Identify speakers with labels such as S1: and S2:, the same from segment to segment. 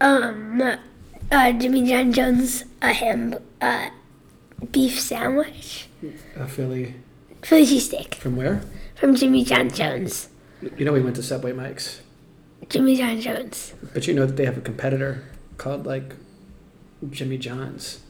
S1: Um, uh, Jimmy John Jones, a ham, uh, beef sandwich,
S2: A uh, Philly
S1: Philly cheesesteak
S2: from where?
S1: from Jimmy John Jones.
S2: You know we went to Subway Mike's,
S1: Jimmy John Jones.
S2: but you know that they have a competitor called like Jimmy John's.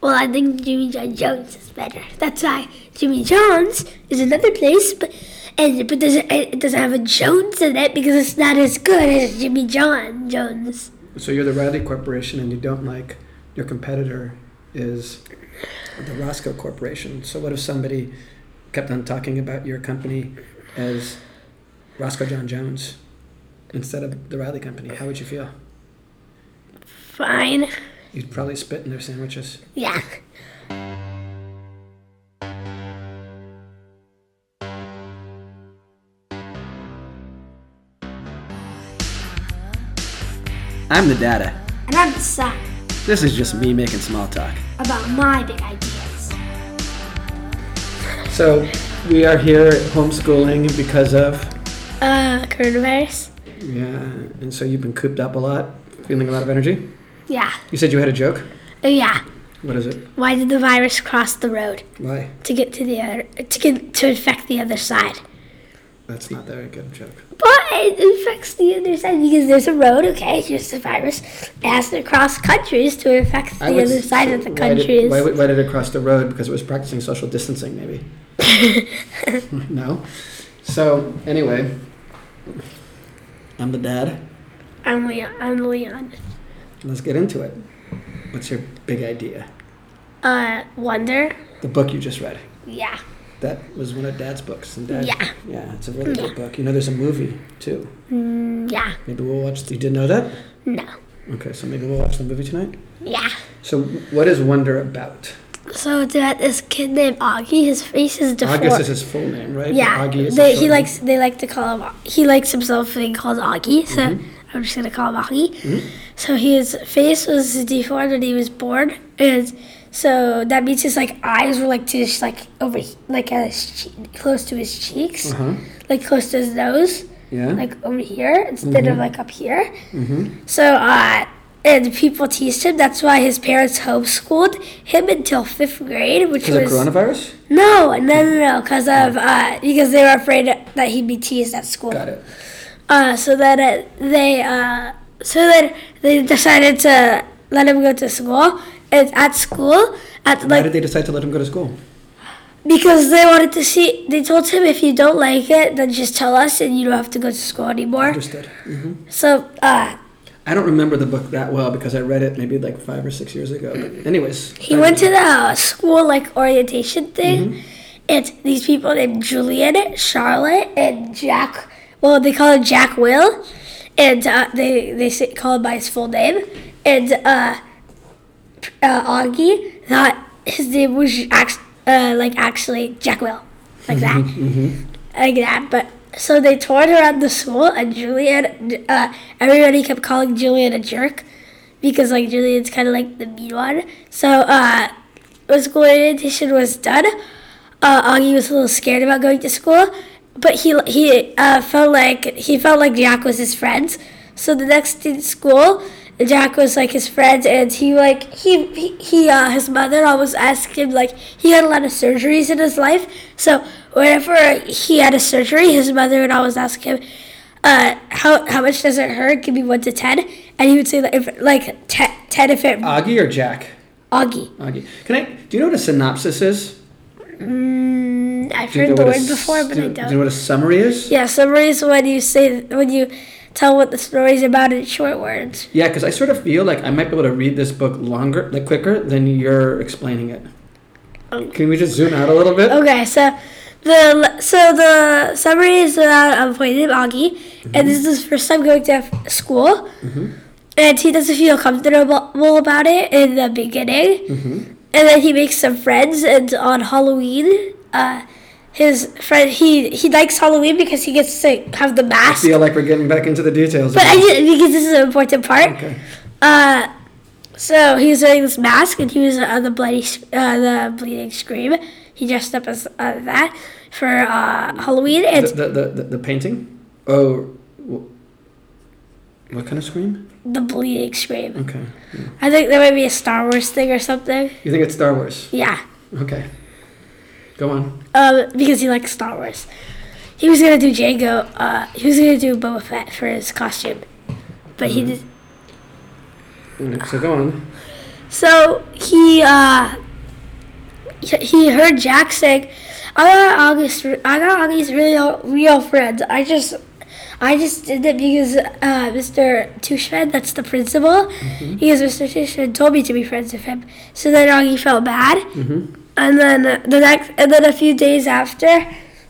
S1: Well, I think Jimmy John Jones is better. That's why Jimmy John's is another place, but and but doesn't it doesn't have a Jones in it because it's not as good as Jimmy John Jones.
S2: So you're the Riley Corporation, and you don't like your competitor is the Roscoe Corporation. So what if somebody kept on talking about your company as Roscoe John Jones instead of the Riley Company? How would you feel?
S1: Fine.
S2: You'd probably spit in their sandwiches.
S1: Yeah.
S3: I'm the data.
S1: And I'm sorry
S3: This is just me making small talk.
S1: about my big ideas.
S2: So we are here homeschooling because of
S1: Uh, coronavirus.
S2: yeah, and so you've been cooped up a lot, feeling a lot of energy.
S1: Yeah.
S2: You said you had a joke.
S1: Oh yeah.
S2: What is it?
S1: Why did the virus cross the road
S2: Why?
S1: to get to the other to get to infect the other side?
S2: That's not very good joke.
S1: But it infects the other side because there's a road, okay, it's just a virus. It has to cross countries to infect the
S2: I would
S1: other
S2: s-
S1: side of the
S2: why did-
S1: countries.
S2: Why, why did it cross the road? Because it was practicing social distancing, maybe. no. So anyway, I'm the dad.
S1: I'm Leon. I'm Leon.
S2: Let's get into it. What's your big idea?
S1: Uh, Wonder.
S2: The book you just read.
S1: Yeah.
S2: That was one of Dad's books. And Dad,
S1: Yeah.
S2: Yeah, it's a really good book. You know, there's a movie too.
S1: Mm, yeah.
S2: Maybe we'll watch. You didn't know that?
S1: No.
S2: Okay, so maybe we'll watch the movie tonight.
S1: Yeah.
S2: So, what is Wonder about?
S1: So it's about this kid named Augie. His face is deformed.
S2: August is his full name, right? But
S1: yeah.
S2: Augie is his
S1: They,
S2: short
S1: he
S2: name.
S1: likes. They like to call him. Au- He likes himself being called Augie. So
S2: Mm-hmm.
S1: I'm just gonna call him Augie. So his face was deformed when he was born, and so that means his like eyes were like to his, like over he- like at his cheek, close to his cheeks,
S2: Uh-huh.
S1: like close to his nose.
S2: Yeah.
S1: like over here instead
S2: Mm-hmm.
S1: of like up here. So, uh, and people teased him. That's why his parents homeschooled him until fifth grade, which
S2: Because
S1: was
S2: of coronavirus?
S1: no, no, no, no, because of uh, because they were afraid that he'd be teased at school.
S2: Got it.
S1: Uh, so then uh, they uh, so then they decided to let him go to school. And at school, at
S2: Why
S1: like
S2: did they decide to let him go to school?
S1: because they wanted to see. They told him if you don't like it, then just tell us, and you don't have to go to school anymore.
S2: Understood.
S1: So. Uh,
S2: I don't remember the book that well because I read it maybe like five or six years ago. But anyways,
S1: He went to the uh, school like orientation thing, and these people named Julian, Charlotte, and Jack. Well, they call him Jack Will, and uh, they they say, call him by his full name. And uh, uh, Augie thought his name was act- uh, like actually Jack Will, like that, like that. But so they toured around the school, and Julian, uh, everybody kept calling Julian a jerk because like Julian's kind of like the mean one. So uh, when school orientation was done, uh, Augie was a little scared about going to school, but he he uh, felt like he felt like Jack was his friend. So the next day in school, Jack was like his friend, and he like he he, he uh, his mother always asked him like he had a lot of surgeries in his life. So whenever he had a surgery, his mother would always ask him, uh, how how much does it hurt? Give me one to ten, and he would say like, if, like te- ten if it
S2: Augie or Jack?
S1: Augie.
S2: Augie. Can I? Do you know what a synopsis is?
S1: Mm, I've
S2: Do you know
S1: heard the
S2: what a
S1: word before,
S2: s-
S1: but
S2: do,
S1: I
S2: Do you know
S1: don't.
S2: what a summary is?
S1: Yeah, summaries when you say when you tell what the story's about in short words.
S2: Yeah, because I sort of feel like I might be able to read this book longer, like quicker than you're explaining it.
S1: Um,
S2: Can we just zoom out a little bit?
S1: Okay, so the so the summary is about a boy named Augie, and this is his first time going to f- school, and he doesn't feel comfortable about it in the beginning, and then he makes some friends, and on Halloween, uh, his friend he he likes Halloween because he gets to have the
S2: I
S1: mask.
S2: feel like we're getting back into the details. of
S1: But I
S2: it.
S1: did because this is an important part.
S2: okay.
S1: Uh, so he was wearing this mask, and he was on the bloody, s- uh, the bleeding scream. He dressed up as uh, that for uh, Halloween,
S2: The,
S1: and
S2: the, the, the, the painting? Oh, w- What kind of scream?
S1: The bleeding scream.
S2: Okay. yeah.
S1: I think there might be a Star Wars thing or something.
S2: You think it's Star Wars?
S1: Yeah.
S2: Okay. Go on.
S1: Um, because he likes Star Wars. He was gonna do Django. Uh, he was gonna do Boba Fett for his costume, but he did.
S2: So go on.
S1: So he uh, he- he heard Jack saying, "I got August. I got all these real real friends. I just." I just did it because uh, Mr. Tushman, that's the principal,
S2: Mm-hmm.
S1: because Mr. Tushman told me to be friends with him. So then Augie felt bad,
S2: Mm-hmm.
S1: And then uh, the next, and then a few days after,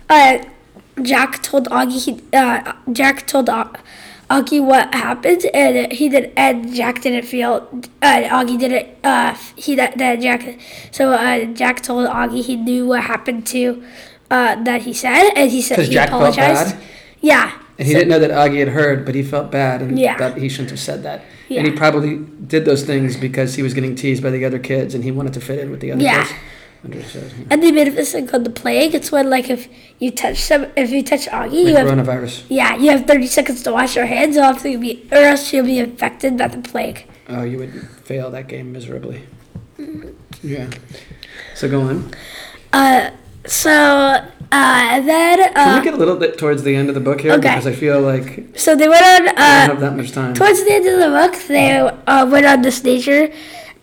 S1: uh, Jack told Augie. He, uh, Jack told Au- Augie what happened, and he did. And Jack didn't feel. Uh, Augie didn't. Uh, he that that Jack. So uh, Jack told Augie he knew what happened to. Uh, that he said, and he said
S2: 'Cause
S1: he
S2: Jack felt bad?
S1: apologized. Yeah,
S2: And he didn't know that Augie had heard, but he felt bad and
S1: Yeah.
S2: thought he shouldn't have said that. And he
S1: Yeah.
S2: probably did those things because he was getting teased by the other kids and he wanted to fit in with the other
S1: Yeah.
S2: kids. Understood.
S1: and they made this thing called the plague. It's when like if you touch some, if you touch Augie, you
S2: Like
S1: have
S2: coronavirus.
S1: Yeah, you have 30 seconds to wash your hands, or else you'll be, or else you'll be infected by the plague.
S2: Oh, you would fail that game miserably. Yeah. So go on.
S1: Uh, so uh, and then
S2: Can
S1: uh,
S2: we get a little bit towards the end of the book here?
S1: okay.
S2: Because I feel like we
S1: so they went on.
S2: don't
S1: Uh,
S2: have that much time.
S1: towards the end of the book, they uh, went on this nature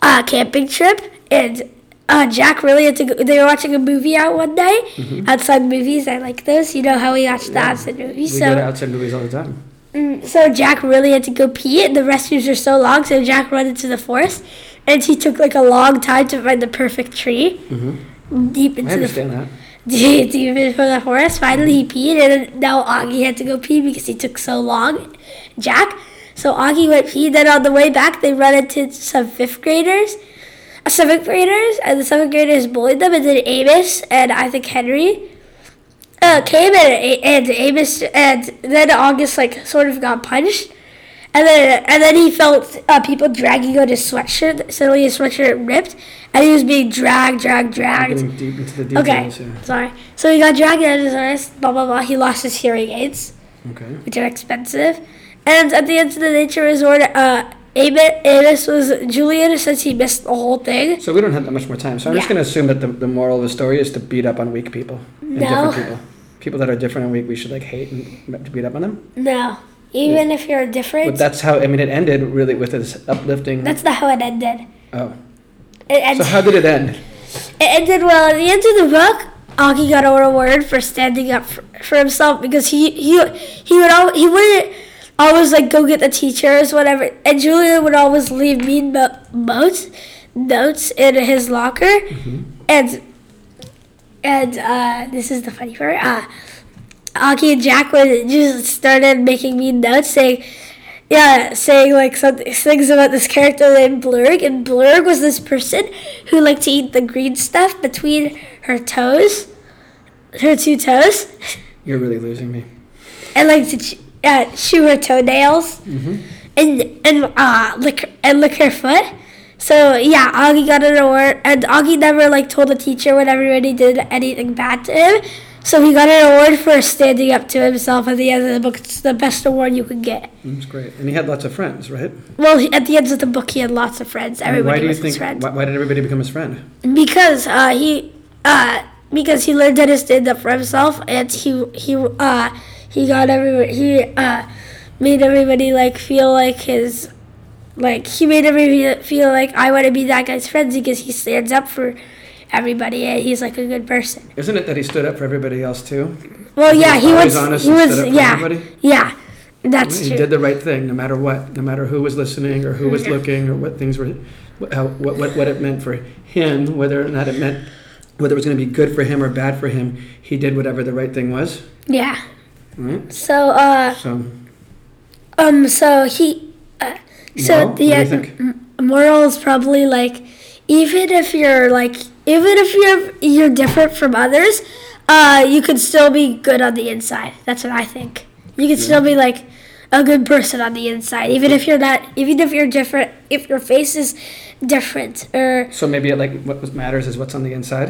S1: uh, camping trip, and uh, Jack really had to. Go, they were watching a movie out one night, outside movies. I like those. You know how we watch the outside movies.
S2: Mm-hmm. we
S1: so
S2: go to outside movies all the time.
S1: Mm, So Jack really had to go pee, and the restrooms were so long, so Jack ran into the forest, and he took like a long time to find the perfect tree. Deep into
S2: Mm-hmm. I
S1: the
S2: understand that.
S1: deep into the forest, finally he peed, and then now Augie had to go pee because he took so long, Jack. So Augie went pee. Then on the way back, they ran into some fifth graders, uh, seventh graders, and the seventh graders bullied them. And then Amos and I think Henry, uh, came and, and Amos and then August like sort of got punched, and then and then he felt uh, people dragging on his sweatshirt. Suddenly his sweatshirt ripped, and he was being dragged, dragged, dragged.
S2: Getting deep into the
S1: Okay,
S2: details. Yeah.
S1: sorry. So he got dragged out of his arrest. Blah blah blah. He lost his hearing aids,
S2: Okay.
S1: which are expensive. And at the end of the nature resort, uh, Amos, Amos was Julian since he missed the whole thing.
S2: So we don't have that much more time. So I'm just
S1: Yeah.
S2: going to assume that the, the moral of the story is to beat up on weak people and
S1: No.
S2: different people. People that are different and weak, we should like hate and beat up on them.
S1: No, even if you're
S2: But
S1: different,
S2: that's how I mean it ended really with this uplifting.
S1: that's not how it ended.
S2: oh,
S1: It ended.
S2: so how did it end?
S1: It ended well. At the end of the book, Aki got a reward for standing up for, for himself because he he he would al- he wouldn't always like go get the teachers whatever, and Julian would always leave mean mo- notes notes in his locker, and and uh, this is the funny part. Uh, Aki and Jack would just started making mean notes saying. Yeah, saying like some things about this character named Blurg, and Blurg was this person who liked to eat the green stuff between her toes, her two toes,
S2: You're really losing me.
S1: and liked to ch- uh, chew her toenails, and and uh, lick and lick her foot. So yeah, Augie got an award, and Augie never like told the teacher when everybody did anything bad to him. So he got an award for standing up to himself at the end of the book. It's the best award you could get.
S2: That's great. And he had lots of friends, right?
S1: Well, he- at the end of the book, he had lots of friends.
S2: And
S1: Everybody
S2: why do you
S1: was
S2: think?
S1: his friend
S2: Why, why did everybody become his friend?
S1: because uh, he uh, because he learned how to stand up for himself, and he he uh, he got everybody he uh, made everybody like feel like his like he made everybody feel like I want to be that guy's friend because he stands up for everybody and he's like a good person.
S2: Isn't it that he stood up for everybody else too?
S1: Well,
S2: He
S1: yeah,
S2: was
S1: he
S2: always
S1: was
S2: honest
S1: he
S2: and
S1: was
S2: stood up for
S1: yeah
S2: everybody?
S1: yeah that's
S2: He
S1: true. Mm-hmm.
S2: did the right thing, no matter what, no matter who was listening or who was looking or what things were, what, how, what, what, what it meant for him, whether or not it meant whether it was going to be good for him or bad for him. He did whatever the right thing was.
S1: yeah.
S2: Right?
S1: So uh
S2: So,
S1: um so he uh, so at
S2: moral? What do
S1: the
S2: you
S1: end.
S2: think?
S1: moral is probably like even if you're like even if you're you're different from others uh you can still be good on the inside that's what i think you can still be like a good person on the inside even if you're not even if you're different if your face is different or
S2: So maybe it, like what was- matters is what's on the inside.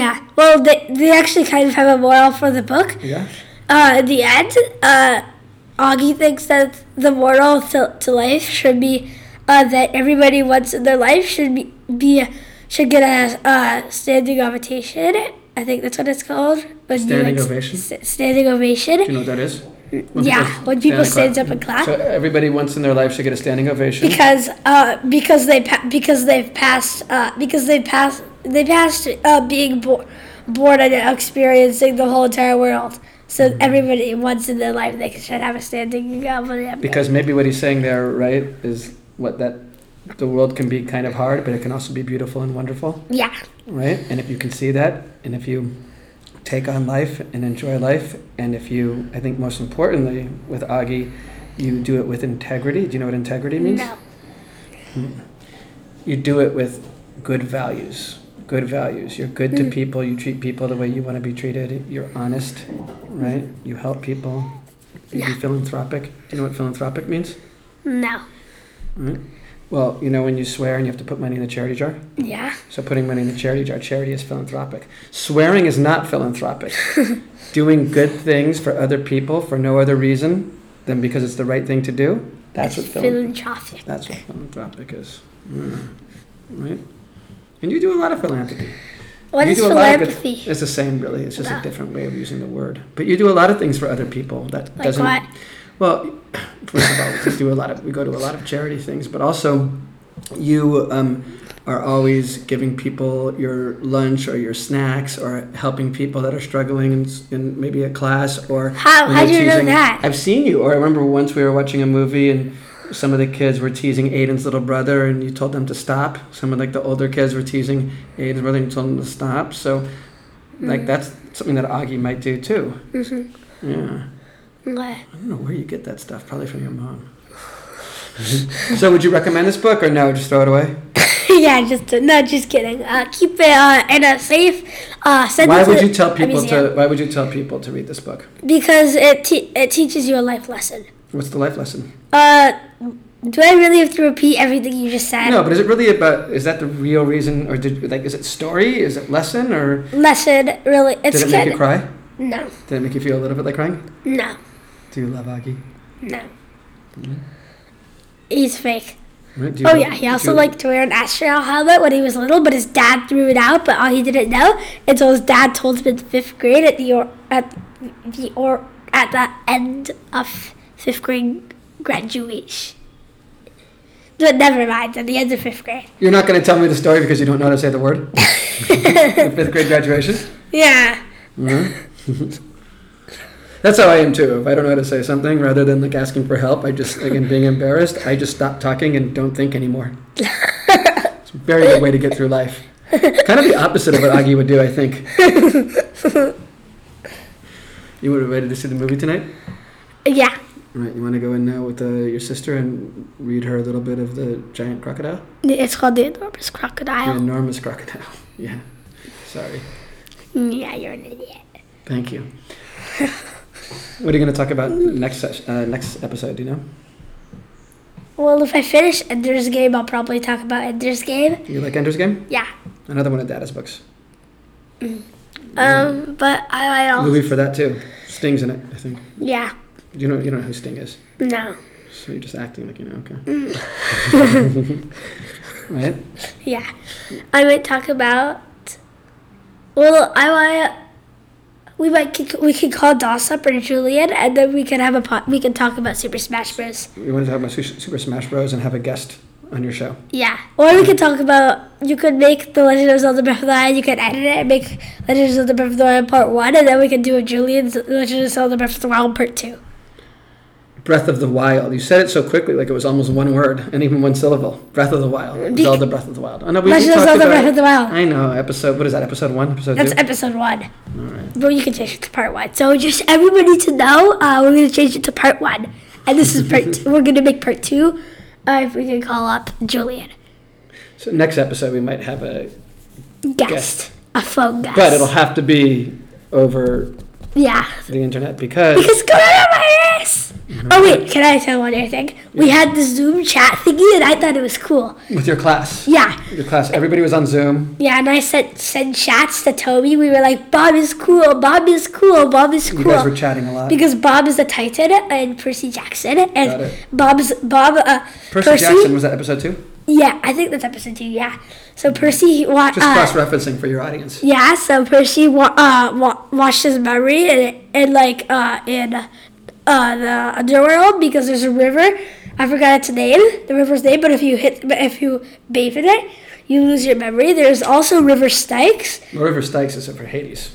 S1: yeah well they, they actually kind of have a moral for the book
S2: Yeah.
S1: uh, in the end, uh, Augie thinks that the moral to, to life should be uh, that everybody once in their life should be, be should get a uh, standing ovation. I think that's what it's called. When you,
S2: Standing
S1: like,
S2: ovation?
S1: st- standing ovation.
S2: Do you know what that is? When
S1: yeah,
S2: people
S1: when people
S2: stand
S1: stands
S2: and
S1: up and
S2: clap.
S1: clap
S2: So everybody once in their life should get a standing ovation.
S1: because uh, because they pa- because they've passed uh, because they passed they passed uh, being bo- born and experiencing the whole entire world. So
S2: Mm-hmm.
S1: everybody once in their life they should have a standing ovation.
S2: Because maybe what he's saying there, right, is what that the world can be kind of hard, but it can also be beautiful and wonderful,
S1: yeah,
S2: right? And if you can see that, and if you take on life and enjoy life, and if you, I think most importantly, with Augie, you do it with integrity. Do you know what integrity means?
S1: no,
S2: You do it with good values. Good values. You're good to people. You treat people the way you want to be treated. You're honest, right? You help people. You be philanthropic. Do you know what philanthropic means?
S1: no,
S2: Right.
S1: Hmm?
S2: Well, you know when you swear and you have to put money in the charity jar.
S1: yeah,
S2: So putting money in the charity jar, charity is philanthropic. Swearing is not philanthropic. Doing good things for other people for no other reason than because it's the right thing to do. That's what philanthropic.
S1: philanthropic.
S2: That's what philanthropic is. Mm. Right. And you do a lot of philanthropy.
S1: What
S2: You
S1: is
S2: do a lot of good-
S1: philanthropy?
S2: It's the same, really. It's just a
S1: Wow.
S2: different way of using the word. But you do a lot of things for other people. That
S1: Like
S2: doesn't.
S1: what?
S2: Well, first of all, we do a lot of we go to a lot of charity things, but also you um, are always giving people your lunch or your snacks or helping people that are struggling in, s- in maybe a class or
S1: How-
S2: when
S1: how
S2: you're
S1: do you know
S2: teasing-
S1: that?
S2: I've seen you. Or I remember once we were watching a movie and. Some of the kids were teasing Aiden's little brother, and you told them to stop. Some of like the older kids were teasing Aiden's brother, and you told them to stop. So, like that's something that Augie might do too. Yeah.
S1: What?
S2: I don't know where you get that stuff. Probably from your mom. so, would you recommend this book or no? Just throw it away.
S1: yeah, just no, just kidding. Uh, keep it uh, in a safe. Uh, send
S2: Why
S1: it to
S2: would you
S1: the-
S2: tell
S1: a
S2: people
S1: museum.
S2: to? Why would you tell people to read this book?
S1: Because it te- it teaches you a life lesson.
S2: What's the life lesson?
S1: Uh, do I really have to repeat everything you just said?
S2: No, but is it really about? Is that the real reason, or did like? Is it story? Is it lesson? Or
S1: Lesson, really, it's
S2: did
S1: kind
S2: it make you cry?
S1: No,
S2: Did it make you feel a little bit like crying?
S1: no,
S2: Do you love Aki?
S1: no.
S2: Mm-hmm.
S1: He's fake.
S2: Right? Do you
S1: Oh
S2: love-
S1: yeah, he
S2: do
S1: also
S2: you-
S1: liked to wear an astronaut helmet when he was little, but his dad threw it out. But all he didn't know until his dad told him in fifth grade at the or at the or at the end of fifth grade graduation. But never mind, at the end of fifth grade.
S2: You're not going to tell me the story because you don't know how to say the word. Fifth grade graduation.
S1: Yeah.
S2: Mm-hmm. That's how I am too. If I don't know how to say something, rather than like asking for help, I just like and being embarrassed, I just stop talking and don't think anymore. it's a very good way to get through life. Kind of the opposite of what Augie would do, I think. you would have waited to see the movie tonight,
S1: Yeah.
S2: right? You want to go in now with uh, your sister and read her a little bit of the giant crocodile,
S1: It's called the enormous
S2: the
S1: crocodile.
S2: enormous crocodile. Yeah, sorry.
S1: Yeah, you're an idiot.
S2: Thank you. What are you going to talk about next ses- uh, next episode? Do you know?
S1: Well, if I finish Ender's Game, I'll probably talk about Ender's Game.
S2: You like Ender's Game?
S1: Yeah.
S2: Another one of Dada's books.
S1: Um, but I might also.
S2: Movie for that too. Sting's in it, I think.
S1: Yeah.
S2: You know, you don't know who Sting is,
S1: No.
S2: so you're just acting like you know. Okay.
S1: Mm.
S2: right?
S1: Yeah. I might talk about. Well, I might. We might kick- we could call Dossop or Julian, and then we can have a pot. We can talk about Super Smash Bros.
S2: We want to talk about Su- Super Smash Bros. and have a guest on your show.
S1: Yeah. Or we could talk about. You could make the Legend of Zelda Breath of the Wild. You could edit it and make Legend of Zelda Breath of the Wild Part One, and then we can do a Julian's Legend of Zelda Breath of the Wild Part Two.
S2: Breath of the Wild. You said it so quickly, like it was almost one word and even one syllable. Breath of the Wild.
S1: Bec-
S2: Zelda Breath of the Wild. I know we we
S1: Legend of
S2: talked
S1: Zelda
S2: about
S1: Breath
S2: it.
S1: of the Wild.
S2: I know. Episode. What is that? Episode one. Episode
S1: That's
S2: two.
S1: episode one.
S2: All right.
S1: Well, you can change it to part one. So just everybody to know, uh, we're gonna change it to part one, and this is part. two. We're gonna make part two. Uh, if we can call up Julian,
S2: So next episode we might have a,
S1: guest,
S2: Guest.
S1: a phone guest.
S2: but it'll have to be over
S1: yeah,
S2: the internet because
S1: because coronavirus. Oh wait, can I tell one other thing? We had the Zoom chat thingy, and I thought it was cool.
S2: with your class.
S1: Yeah,
S2: Your class. Everybody was on Zoom.
S1: yeah, and I sent sent chats to Toby. We were like, Bob is cool, Bob is cool, Bob is
S2: You
S1: cool.
S2: guys were chatting a lot.
S1: because Bob is the Titan and Percy Jackson
S2: Uh, Got
S1: and
S2: it.
S1: Bob's Bob uh,
S2: Percy, Jackson was that episode two?
S1: Yeah, I think that's episode two. Yeah, so Percy wa-
S2: Just
S1: uh,
S2: cross-referencing for your audience.
S1: Yeah, so Percy wa- uh, wa- washed his memory and, and like uh, in uh, the underworld because there's a river. I forgot its name, the river's name. But if you hit, but if you bathe in it, you lose your memory. There's also River Styx.
S2: River Styx is for Hades.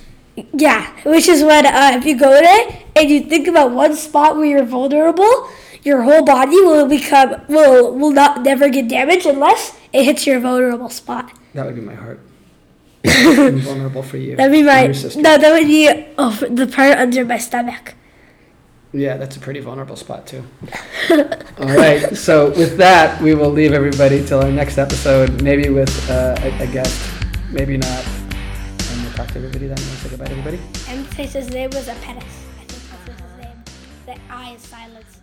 S1: Yeah, which is when uh, if you go there and you think about one spot where you're vulnerable, your whole body will become will will not never get damaged unless it hits your vulnerable spot.
S2: That would be my heart. I'm vulnerable for you.
S1: That'd be
S2: and
S1: my
S2: your sister.
S1: no. That would be oh, the part under my stomach.
S2: Yeah, that's a pretty vulnerable spot too. All right, so with that, we will leave everybody till our next episode, maybe with uh, a, a guest, maybe not. And we'll talk to everybody then. We'll say goodbye to everybody.
S1: And says his name was a penis. I think that's his name. The eye is silenced.